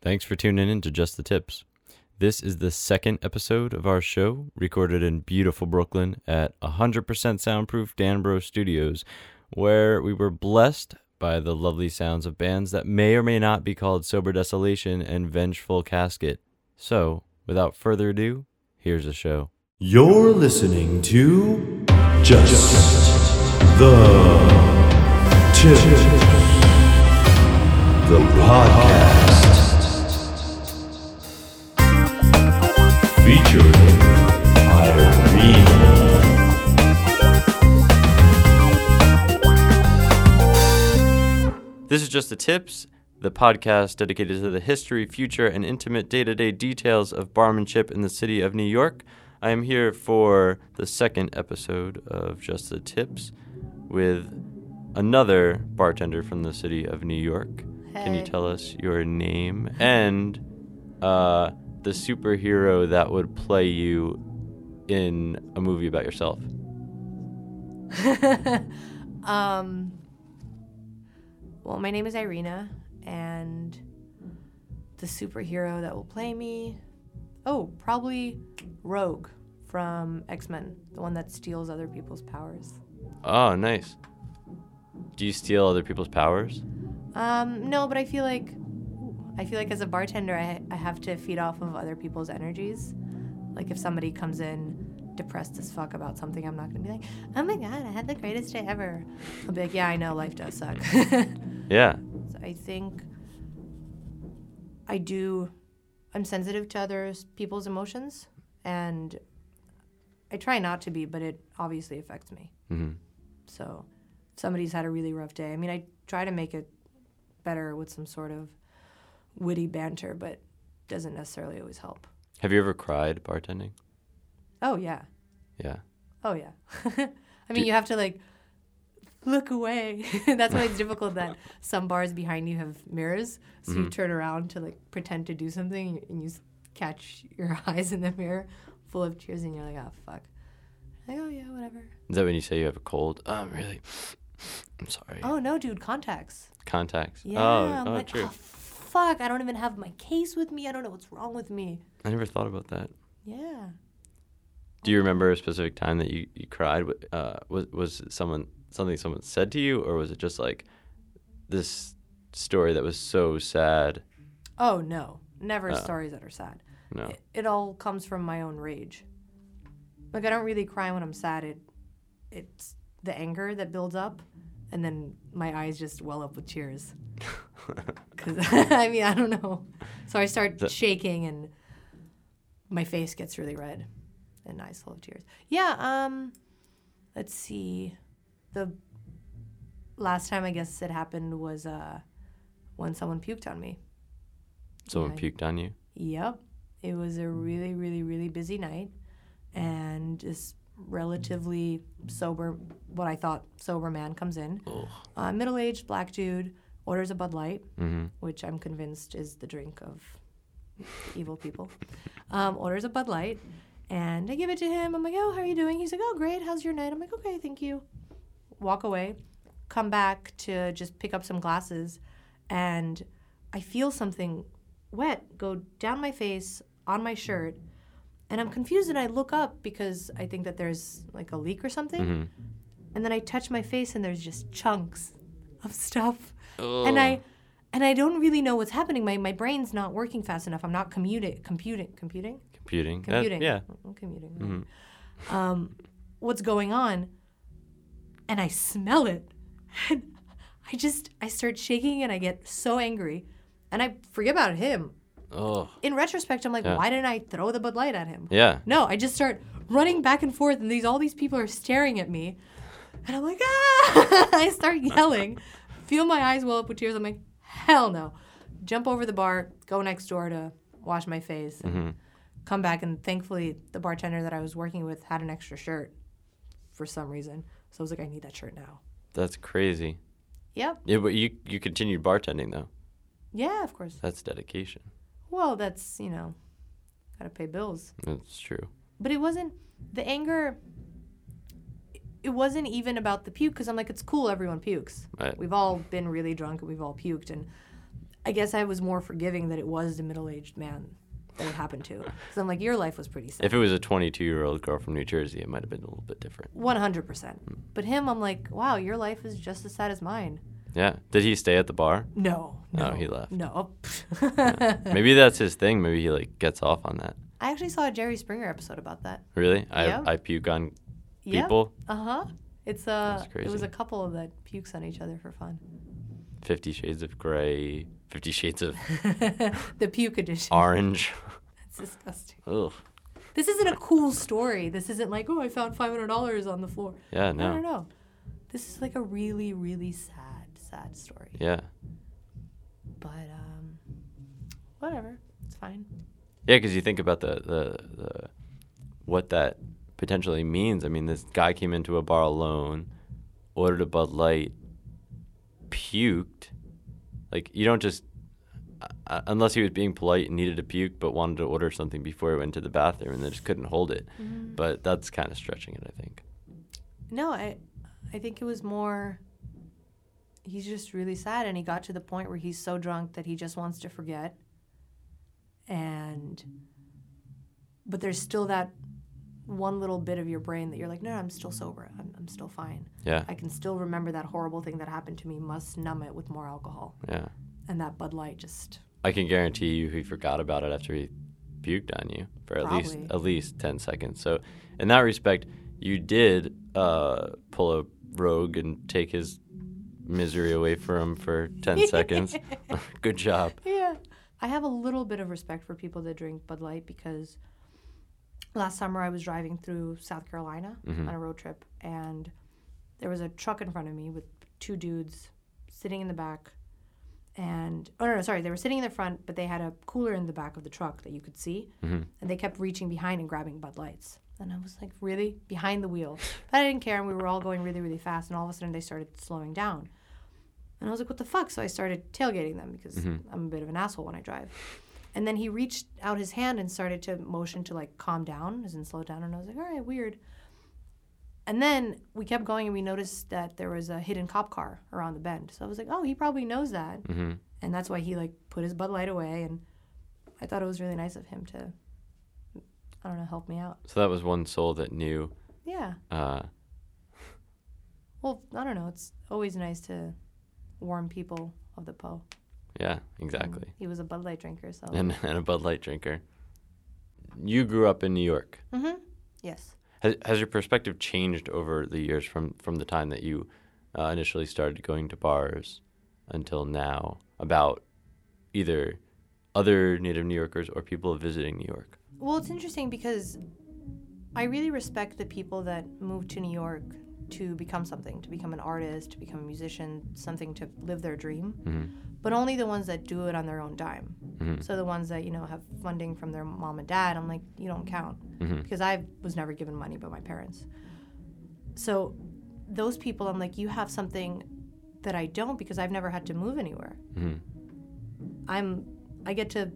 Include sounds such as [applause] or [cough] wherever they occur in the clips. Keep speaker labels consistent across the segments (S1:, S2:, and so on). S1: Thanks for tuning in to Just the Tips. This is the second episode of our show, recorded in beautiful Brooklyn at 100% soundproof Danbro Studios, where we were blessed by the lovely sounds of bands that may or may not be called Sober Desolation and Vengeful Casket. So, without further ado, here's the show.
S2: You're listening to Just, the Tip, the podcast featuring Irene.
S1: This is just the tips, the podcast dedicated to the history, future, and intimate day to day details of barmanship in the city of New York. I am here for the second episode of Just the Tips with another bartender from the city of New York. Can you
S3: Hey.
S1: tell us your name and uh, the superhero that would play you in a movie about yourself?
S3: um, well, my name is Irina, and the superhero that will play me, oh, probably Rogue from X Men, the one that steals other people's powers.
S1: Oh, nice. Do you steal other people's powers?
S3: Um, no, but I feel like I feel like as a bartender, I, I have to feed off of other people's energies. Like if somebody comes in depressed as fuck about something, I'm not gonna be like, oh my god, I had the greatest day ever. I'll be like, yeah, I know life does suck. [laughs]
S1: Yeah.
S3: So I think I do. I'm sensitive to other people's emotions, and I try not to be, but it obviously affects me.
S1: hmm
S3: So if somebody's had a really rough day. I mean, I try to make it better with some sort of witty banter, but doesn't necessarily always help.
S1: Have you ever cried bartending?
S3: Oh yeah,
S1: Yeah.
S3: oh yeah. [laughs] I mean, you have to like look away. [laughs] That's why it's
S1: [laughs]
S3: difficult that some bars behind you have mirrors, so
S1: Mm-hmm.
S3: you turn around to like pretend to do something, and you s- catch your [laughs] eyes in the mirror full of tears, and you're like, oh fuck. Like, oh yeah, whatever.
S1: Is that when you say you have a cold? Oh, I'm really. [sniffs] I'm sorry.
S3: Oh no, dude, contacts.
S1: Contacts.
S3: Yeah,
S1: oh,
S3: I'm
S1: oh,
S3: like,
S1: true.
S3: "Oh, fuck, I don't even have my case with me. I don't know what's wrong with me.
S1: I never thought about that.
S3: Yeah.
S1: Do you remember a specific time that you, you cried? Wa- Uh, was was it someone something someone said to you, or was it just like this story that was so sad? Uh.
S3: Oh no, never stories that are sad.
S1: No.
S3: It, it all comes from my own rage. Like I don't really cry when I'm sad. It, it's the anger that builds up, and then my eyes just well up with tears. Cause [laughs] I mean I don't know. So I start shaking and my face gets really red, and eyes full of tears. Yeah. Um, let's see. The last time I guess it happened was uh, when someone puked on me.
S1: Someone
S3: yeah.
S1: puked on you.
S3: Yep. It was a really, really, really busy night and this relatively sober, what I thought sober man comes in. Uh, Middle aged black dude orders a Bud Light, which I'm convinced is the drink of evil people. Um, orders a Bud Light and I give it to him. I'm like, oh, how are you doing? He's like, oh, great. How's your night? I'm like, okay, thank you. Walk away, come back to just pick up some glasses and I feel something wet go down my face on my shirt and I'm confused and I look up because I think that there's like a leak or something
S1: Mm-hmm.
S3: and then I touch my face and there's just chunks of stuff and I and I don't really know what's happening my my brain's not working fast enough I'm not commuting computing computing
S1: Computing. That-
S3: computing
S1: yeah. Mm-hmm.
S3: I'm commuting right. um, what's going on and I smell it. [laughs] And I just I start shaking and I get so angry and I forget about him.
S1: Oh.
S3: In retrospect, I'm like,
S1: Yeah.
S3: why didn't I throw the Bud Light at him?
S1: Yeah.
S3: No, I just start running back and forth and these all these people are staring at me. And I'm like, ah [laughs] I start yelling, feel my eyes well up with tears. I'm like, hell no. Jump over the bar, go next door to wash my face and come back and thankfully the bartender that I was working with had an extra shirt for some reason. So I was like, I need that shirt now.
S1: That's crazy.
S3: Yep.
S1: Yeah, but you you continued bartending though.
S3: Yeah, of course.
S1: That's dedication.
S3: Well, that's, you know, gotta pay bills.
S1: That's true.
S3: but it wasn't the anger it wasn't even about the puke because i'm like it's cool everyone pukes
S1: Right.
S3: we've all been really drunk and we've all puked and I guess I was more forgiving that it was the middle aged man that it happened to. Because I'm like, your life was pretty sad.
S1: If it was a 22 year old girl from New Jersey, it might have been a little bit different.
S3: 100%. But him, I'm like, wow, your life is just as sad as mine.
S1: Yeah. Did he stay at the
S3: [laughs]
S1: bar?
S3: No.
S1: No,
S3: No,
S1: Oh, he left.
S3: No. [laughs]
S1: Maybe that's his thing. Maybe he like gets off on that.
S3: I actually saw a Jerry Springer episode about that.
S1: Really? I
S3: Yeah.
S1: I puke on
S3: Yeah.
S1: people.
S3: Uh huh. It's uh,
S1: That's
S3: it was
S1: crazy.
S3: a couple that pukes on each other for fun.
S1: Fifty Shades of Grey, Fifty Shades
S3: [laughs]
S1: of
S3: the puke edition.
S1: Orange. [laughs]
S3: It's disgusting.
S1: Ugh.
S3: This isn't a cool story. This isn't like, oh, I found five hundred dollars on the floor.
S1: Yeah.
S3: No, no,
S1: No.
S3: no. This is like a really, really sad, sad story.
S1: Yeah.
S3: But um, whatever. It's fine.
S1: Yeah, because you think about the, the the what that potentially means. I mean, this guy came into a bar alone, ordered a Bud Light, puked. Like you don't just uh, unless he was being polite and needed to puke, but wanted to order something before he went to the bathroom and they just couldn't hold it.
S3: Mm-hmm.
S1: But that's kind of stretching it, I think.
S3: No, I, I think it was more. He's just really sad, and he got to the point where he's so drunk that he just wants to forget. And, but there's still that one little bit of your brain that you're like, no, no, I'm still sober. I'm, I'm still fine.
S1: Yeah,
S3: I can still remember that horrible thing that happened to me. Must numb it with more alcohol.
S1: yeah.
S3: And that Bud Light just
S1: I can guarantee you he forgot about it after he puked on you for at least
S3: Probably.
S1: at least 10 seconds. So in that respect, you did uh, pull a rogue and take his misery away from him for 10 seconds. [laughs] Good job.
S3: Yeah. I have a little bit of respect for people that drink Bud Light because last summer I was driving through South Carolina on a road trip and there was a truck in front of me with two dudes sitting in the back and oh no, no sorry they were sitting in the front but they had a cooler in the back of the truck that you could see and they kept reaching behind and grabbing bud lights and i was like really behind the wheel but i didn't care and we were all going really really fast and all of a sudden they started slowing down and i was like what the fuck so i started tailgating them because i'm a bit of an asshole when i drive and then he reached out his hand and started to motion to like calm down as in slow down and i was like all right weird and then we kept going and we noticed that there was a hidden cop car around the bend. So I was like, oh, he probably knows that. Mm-hmm. And that's why he like put his Bud Light away. And I thought it was really nice of him to, I don't know, help me out.
S1: So that was one soul that knew
S3: Yeah.
S1: uh,
S3: Well, I don't know. It's always nice to warn people of the Po.
S1: yeah, exactly.
S3: He was a Bud Light drinker, so.
S1: And, and a Bud Light drinker. You grew up in New York.
S3: Yes.
S1: Has, has your perspective changed over the years from, from the time that you uh, initially started going to bars until now about either other native New Yorkers or people visiting New York?
S3: Well, it's interesting because I really respect the people that move to New York to become something, to become an artist, to become a musician, something to live their dream,
S1: Mm-hmm.
S3: but only the ones that do it on their own dime.
S1: Hmm.
S3: So the ones that, you know, have funding from their mom and dad, I'm like, you don't count
S1: Hmm. Mm-hmm.
S3: because I was never given money by my parents. So those people, I'm like, you have something that I don't because I've never had to move anywhere.
S1: Mm-hmm.
S3: I'm, I get to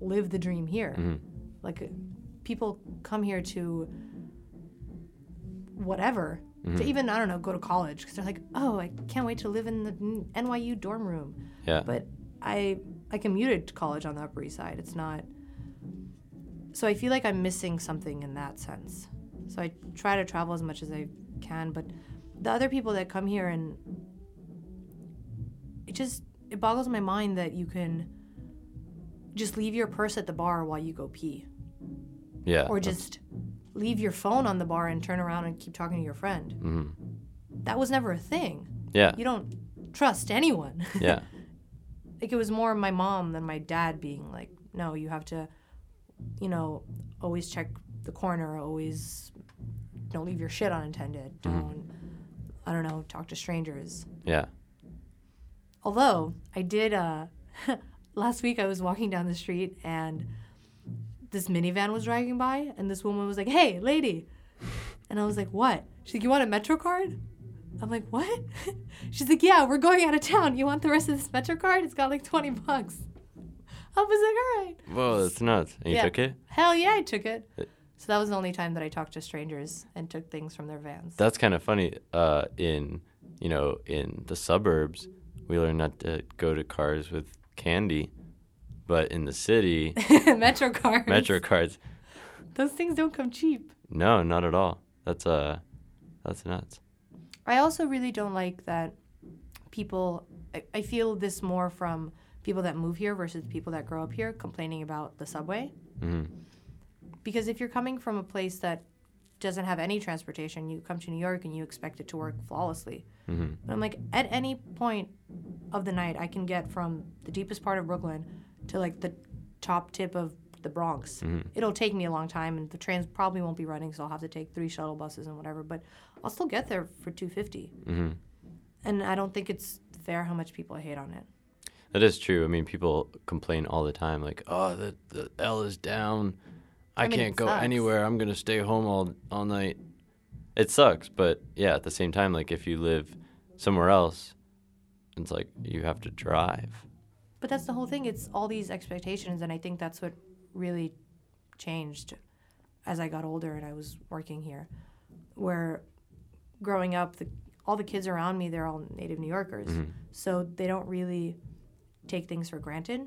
S3: live the dream here
S1: Mm-hmm.
S3: like uh, people come here to whatever to even i don't know go to college because they're like oh i can't wait to live in the n- nyu dorm room
S1: Yeah.
S3: but i i commuted to college on the upper east side it's not so i feel like i'm missing something in that sense so i try to travel as much as i can but the other people that come here and it just it boggles my mind that you can just leave your purse at the bar while you go pee
S1: yeah.
S3: or just leave your phone on the bar and turn around and keep talking to your friend. That was never a thing.
S1: Mm-hmm.
S3: [laughs]
S1: yeah.
S3: You don't trust anyone. [laughs]
S1: yeah.
S3: like it was more my mom than my dad being like, no, you have to, you know, always check the corner, always don't leave your shit unattended.
S1: Mm-hmm.
S3: Don't, I don't know, talk to strangers.
S1: Yeah.
S3: Although I did uh, [laughs] last week, I was walking down the street and this minivan was driving by, and this woman was like, "Hey, lady," and I was like, "What?" She's like, "You want a Metro card?" I'm like, "What?" [laughs] She's like, "Yeah, we're going out of town. You want the rest of this Metro card? It's got like 20 bucks." [laughs] I was like, "All right."
S1: Whoa, that's nuts. And you
S3: Yeah.
S1: took it?
S3: Hell yeah, I took it. So that was the only time that I talked to strangers and took things from their vans.
S1: That's kind of funny. Uh, in, you know, in the suburbs, we learn not to go to cars with candy, but in the
S3: [laughs]
S1: city,
S3: Metro cards.
S1: Metro cards.
S3: Those things don't come cheap.
S1: No, not at all. That's uh, that's nuts.
S3: I also really don't like that people. I, I feel this more from people that move here versus people that grow up here complaining about the subway.
S1: Mm-hmm.
S3: Because if you're coming from a place that doesn't have any transportation, you come to New York and you expect it to work flawlessly.
S1: Mm-hmm.
S3: But I'm like, at any point of the night, I can get from the deepest part of Brooklyn to like the top tip of the Bronx. It'll take me a long time, and the trains probably won't be running, so I'll have to take three shuttle buses and whatever. But I'll still get there for 250. And I don't think it's fair how much people hate on it.
S1: That is true. I mean, people complain all the time, like, "Oh, the the L is down. I,
S3: I mean,
S1: can't
S3: it
S1: go
S3: sucks.
S1: anywhere. I'm gonna stay home all all night." It sucks, but yeah, at the same time, like if you live somewhere else, it's like you have to drive.
S3: But that's the whole thing. It's all these expectations, and I think that's what really changed as I got older and I was working here. Where growing up, the, all the kids around me, they're all native New Yorkers, so they don't really take things for granted.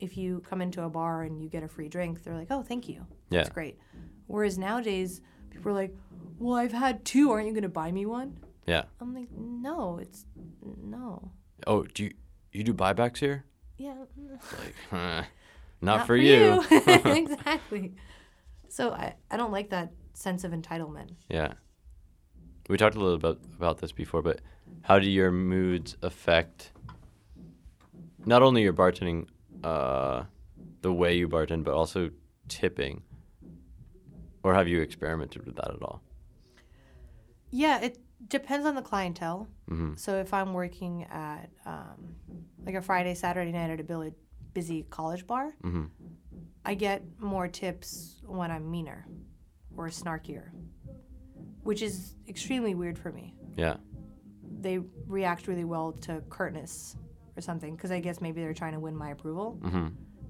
S3: If you come into a bar and you get a free drink, they're like, "Oh, thank you. That's
S1: Yeah.
S3: great." Whereas nowadays, people are like, "Well, I've had two. Aren't you going to buy me one?"
S1: Yeah.
S3: I'm like, "No, it's no.
S1: Oh, do you you do buybacks here?
S3: Yeah,
S1: Like, [laughs] not, for, you. [laughs]
S3: [laughs] exactly. So I, I don't like that sense of entitlement.
S1: Yeah. We talked a little bit about this before, but how do your moods affect not only your bartending, uh, the way you bartend, but also tipping? Or have you experimented with that at all?
S3: Yeah, it depends on the clientele.
S1: Mm-hmm,
S3: So if I'm working at um, like a Friday, Saturday night at a billi- busy college bar,
S1: mm-hmm.
S3: I get more tips when I'm meaner or snarkier, which is extremely weird for me.
S1: Yeah.
S3: They react really well to curtness or something because I guess maybe they're trying to win my approval.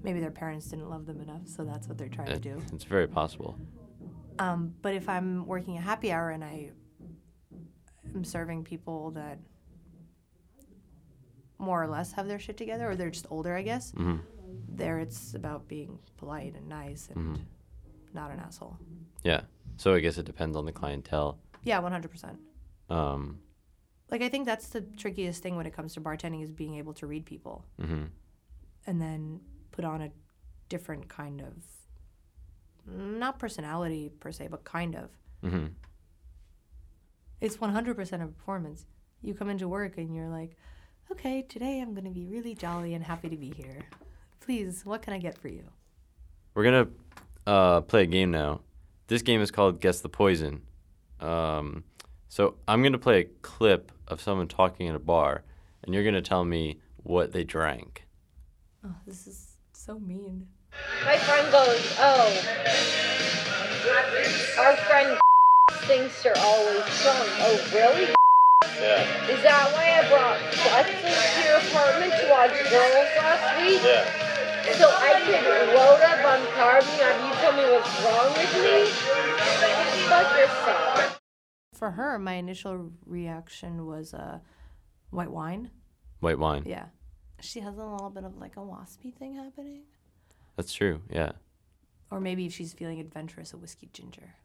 S3: Maybe their parents didn't love them enough, so that's what they're trying to
S1: mm-hmm. It-
S3: do.
S1: It's very possible.
S3: Um, but if I'm working a happy hour and I am serving people that more or less have their shit together, or they're just older, I guess,
S1: Mm-hmm.
S3: there it's about being polite and nice and not an asshole.
S1: Yeah. So I guess it depends on the clientele.
S3: Yeah, 100%.
S1: Um,
S3: Like, I think that's the trickiest thing when it comes to bartending is being able to read people
S1: mm-hmm,
S3: and then put on a different kind of, not personality per se, but kind of.
S1: hmm
S3: It's 100% of performance. You come into work and you're like, okay, today I'm going to be really jolly and happy to be here. Please, what can I get for you?
S1: We're gonna uh, play a game now. This game is called Guess the Poison. Um, so I'm gonna play a clip of someone talking at a bar, and you're gonna tell me what they drank.
S3: Oh, this is so mean.
S4: My friend goes, oh, our friend thinks you're always drunk. Oh, really?
S5: Yeah,
S4: Is that why I brought pretzels to your apartment to watch girls last week?
S5: yeah.
S4: So I could load up on carbs and have you tell me what's wrong with me? Fuck yourself.
S3: For her, my initial reaction was uh, white wine.
S1: White wine.
S3: Yeah. She has a little bit of like a waspy thing happening.
S1: That's true. Yeah,
S3: Or maybe if she's feeling adventurous, a whiskey ginger.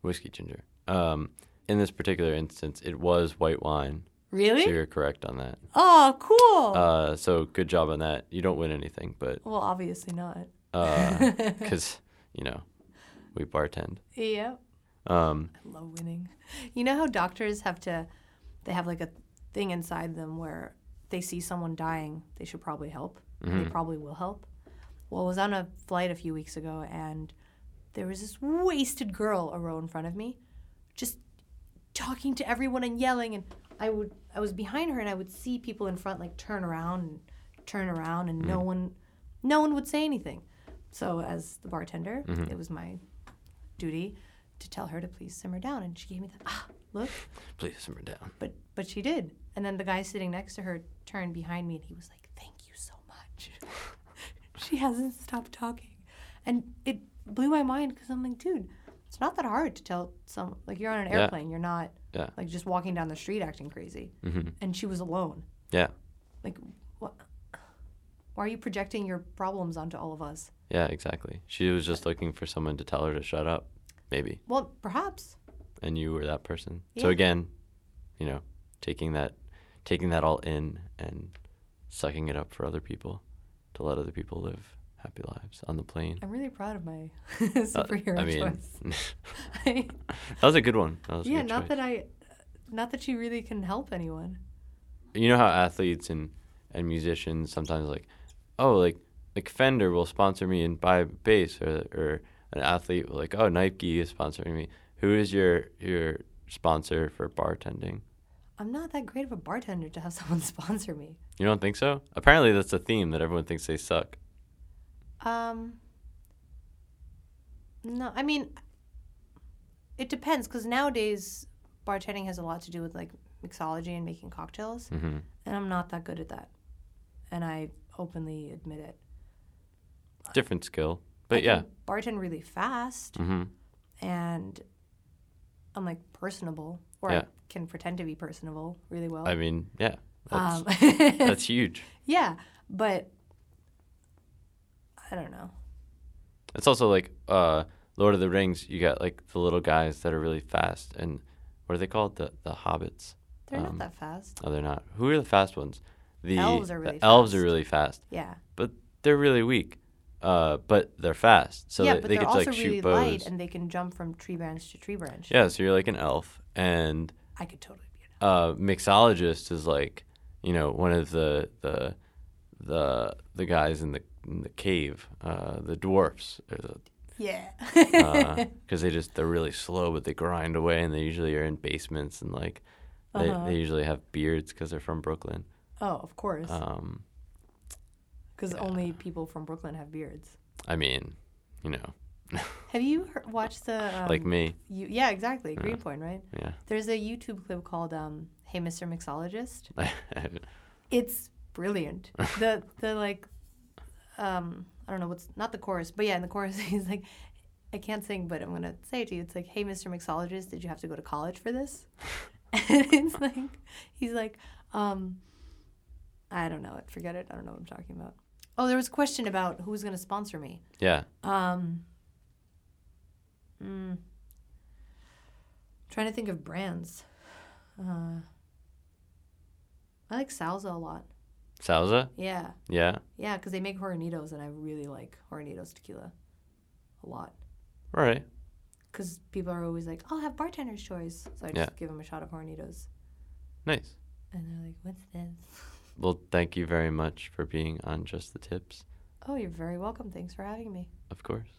S1: whiskey ginger. Um, in this particular instance, it was white wine. So
S3: Really?
S1: you're correct on that.
S3: Oh, cool.
S1: Uh, so good job on that. You don't win anything, but
S3: well, obviously not.
S1: because you know we bartend.
S3: Yep.
S1: Um,
S3: low winning. You know how doctors have to, they have like a thing inside them where they see someone dying, they should probably help. and They probably will help. Well, I was on a flight a few weeks ago and there was this wasted girl a row in front of me, just talking to everyone and yelling. And I would, I was behind her and I would see people in front like turn around and turn around and no one, no one would say anything. So as the bartender, it was my duty to tell her to please simmer down and she gave me that ah look
S1: please simmer down.
S3: but but she did and then the guy sitting next to her turned behind me and he was like thank you so much [laughs] she hasn't stopped talking and it blew my mind because i'm like dude it's not that hard to tell some like you're on an
S1: Yeah.
S3: airplane you're not
S1: Yeah. Mm-hmm.
S3: like just walking down the street acting crazy and she was alone
S1: Yeah.
S3: like what Why are you projecting your problems onto all of us?
S1: Yeah, exactly. She was just looking for someone to tell her to shut up, maybe.
S3: Well, perhaps.
S1: And you were that person. So
S3: Yeah.
S1: again, you know, taking that taking that all in and sucking it up for other people to let other people live happy lives on the plane.
S3: I'm really proud of my [laughs]
S1: Uh,
S3: superhero
S1: I mean,
S3: choice. [laughs]
S1: that
S3: I-
S1: was a good one. [laughs] That was a
S3: yeah,
S1: good choice.
S3: not that I, not that you really can help anyone.
S1: you know how athletes and and musicians sometimes like oh like like fender will sponsor me and buy a bass or or an athlete will like oh nike is sponsoring me who is your your sponsor for bartending
S3: I'm not that great of a bartender to have [laughs] someone sponsor me.
S1: you don't think so apparently that's a theme that everyone thinks they suck
S3: Um, no, I mean, it depends because nowadays bartending has a lot to do with like mixology and making cocktails,
S1: hmm
S3: and I'm not that good at that, and I openly admit it.
S1: different skill
S3: I
S1: but yeah
S3: can bartend really fast,
S1: hmm
S3: and I'm like personable, or I
S1: Yeah.
S3: can pretend to be personable really well.
S1: i mean yeah that's,
S3: um, [laughs]
S1: that's huge
S3: yeah, but I don't know.
S1: It's also like uh, Lord of the Rings. You got like the little guys that are really fast, and what are they called? The the hobbits.
S3: They're
S1: Um,
S3: not that fast.
S1: No, they're not. Who are the fast ones? The
S3: Elves are really
S1: the elves are
S3: fast.
S1: really fast,
S3: Yeah.
S1: but they're really weak. Uh, but they're fast, so
S3: yeah,
S1: they,
S3: but
S1: they
S3: they're
S1: get to
S3: also
S1: like shoot
S3: really
S1: bows.
S3: light and they can jump from tree branch to tree branch.
S1: yeah, so you're like an elf, and
S3: I could totally be an
S1: uh, mixologist is like, you know, one of the the the the guys in the in the cave, uh, the dwarfs, or the
S3: elf. Yeah. [laughs]
S1: because they just they're really slow, but they grind away, and they usually are in basements and like they,
S3: Uh-huh.
S1: they usually have beards because they're from Brooklyn.
S3: oh, of course.
S1: Um,
S3: Because only people from Brooklyn have beards.
S1: I mean, you know,
S3: Have you heard, watched the. Um,
S1: like me,
S3: You, yeah, exactly. Greenpoint, right?
S1: yeah. [laughs]
S3: There's a YouTube clip called um, Hey Mr. Mixologist.
S1: I
S3: It's brilliant. the, the like, um, I don't know what's. Not the chorus, but yeah, in the chorus, [laughs] he's like, I can't sing, but I'm going to say it to you. It's like, Hey Mr. Mixologist, did you have to go to college for this? [laughs] and it's like he's like um i don't know it forget it i don't know what i'm talking about oh there was a question about who was going to sponsor me
S1: yeah.
S3: um mm, trying to think of brands uh i like salsa a lot
S1: Salsa,
S3: yeah
S1: yeah.
S3: yeah because they make hornitos and i really like hornitos tequila a lot
S1: All right.
S3: because people are always like i'll have bartender's choice so i just
S1: Yeah.
S3: give them a shot of hornitos
S1: Nice.
S3: and they're like what's this
S1: Well, thank you very much for being on Just the Tips,
S3: Oh, you're very welcome. Thanks for having me.
S1: of course.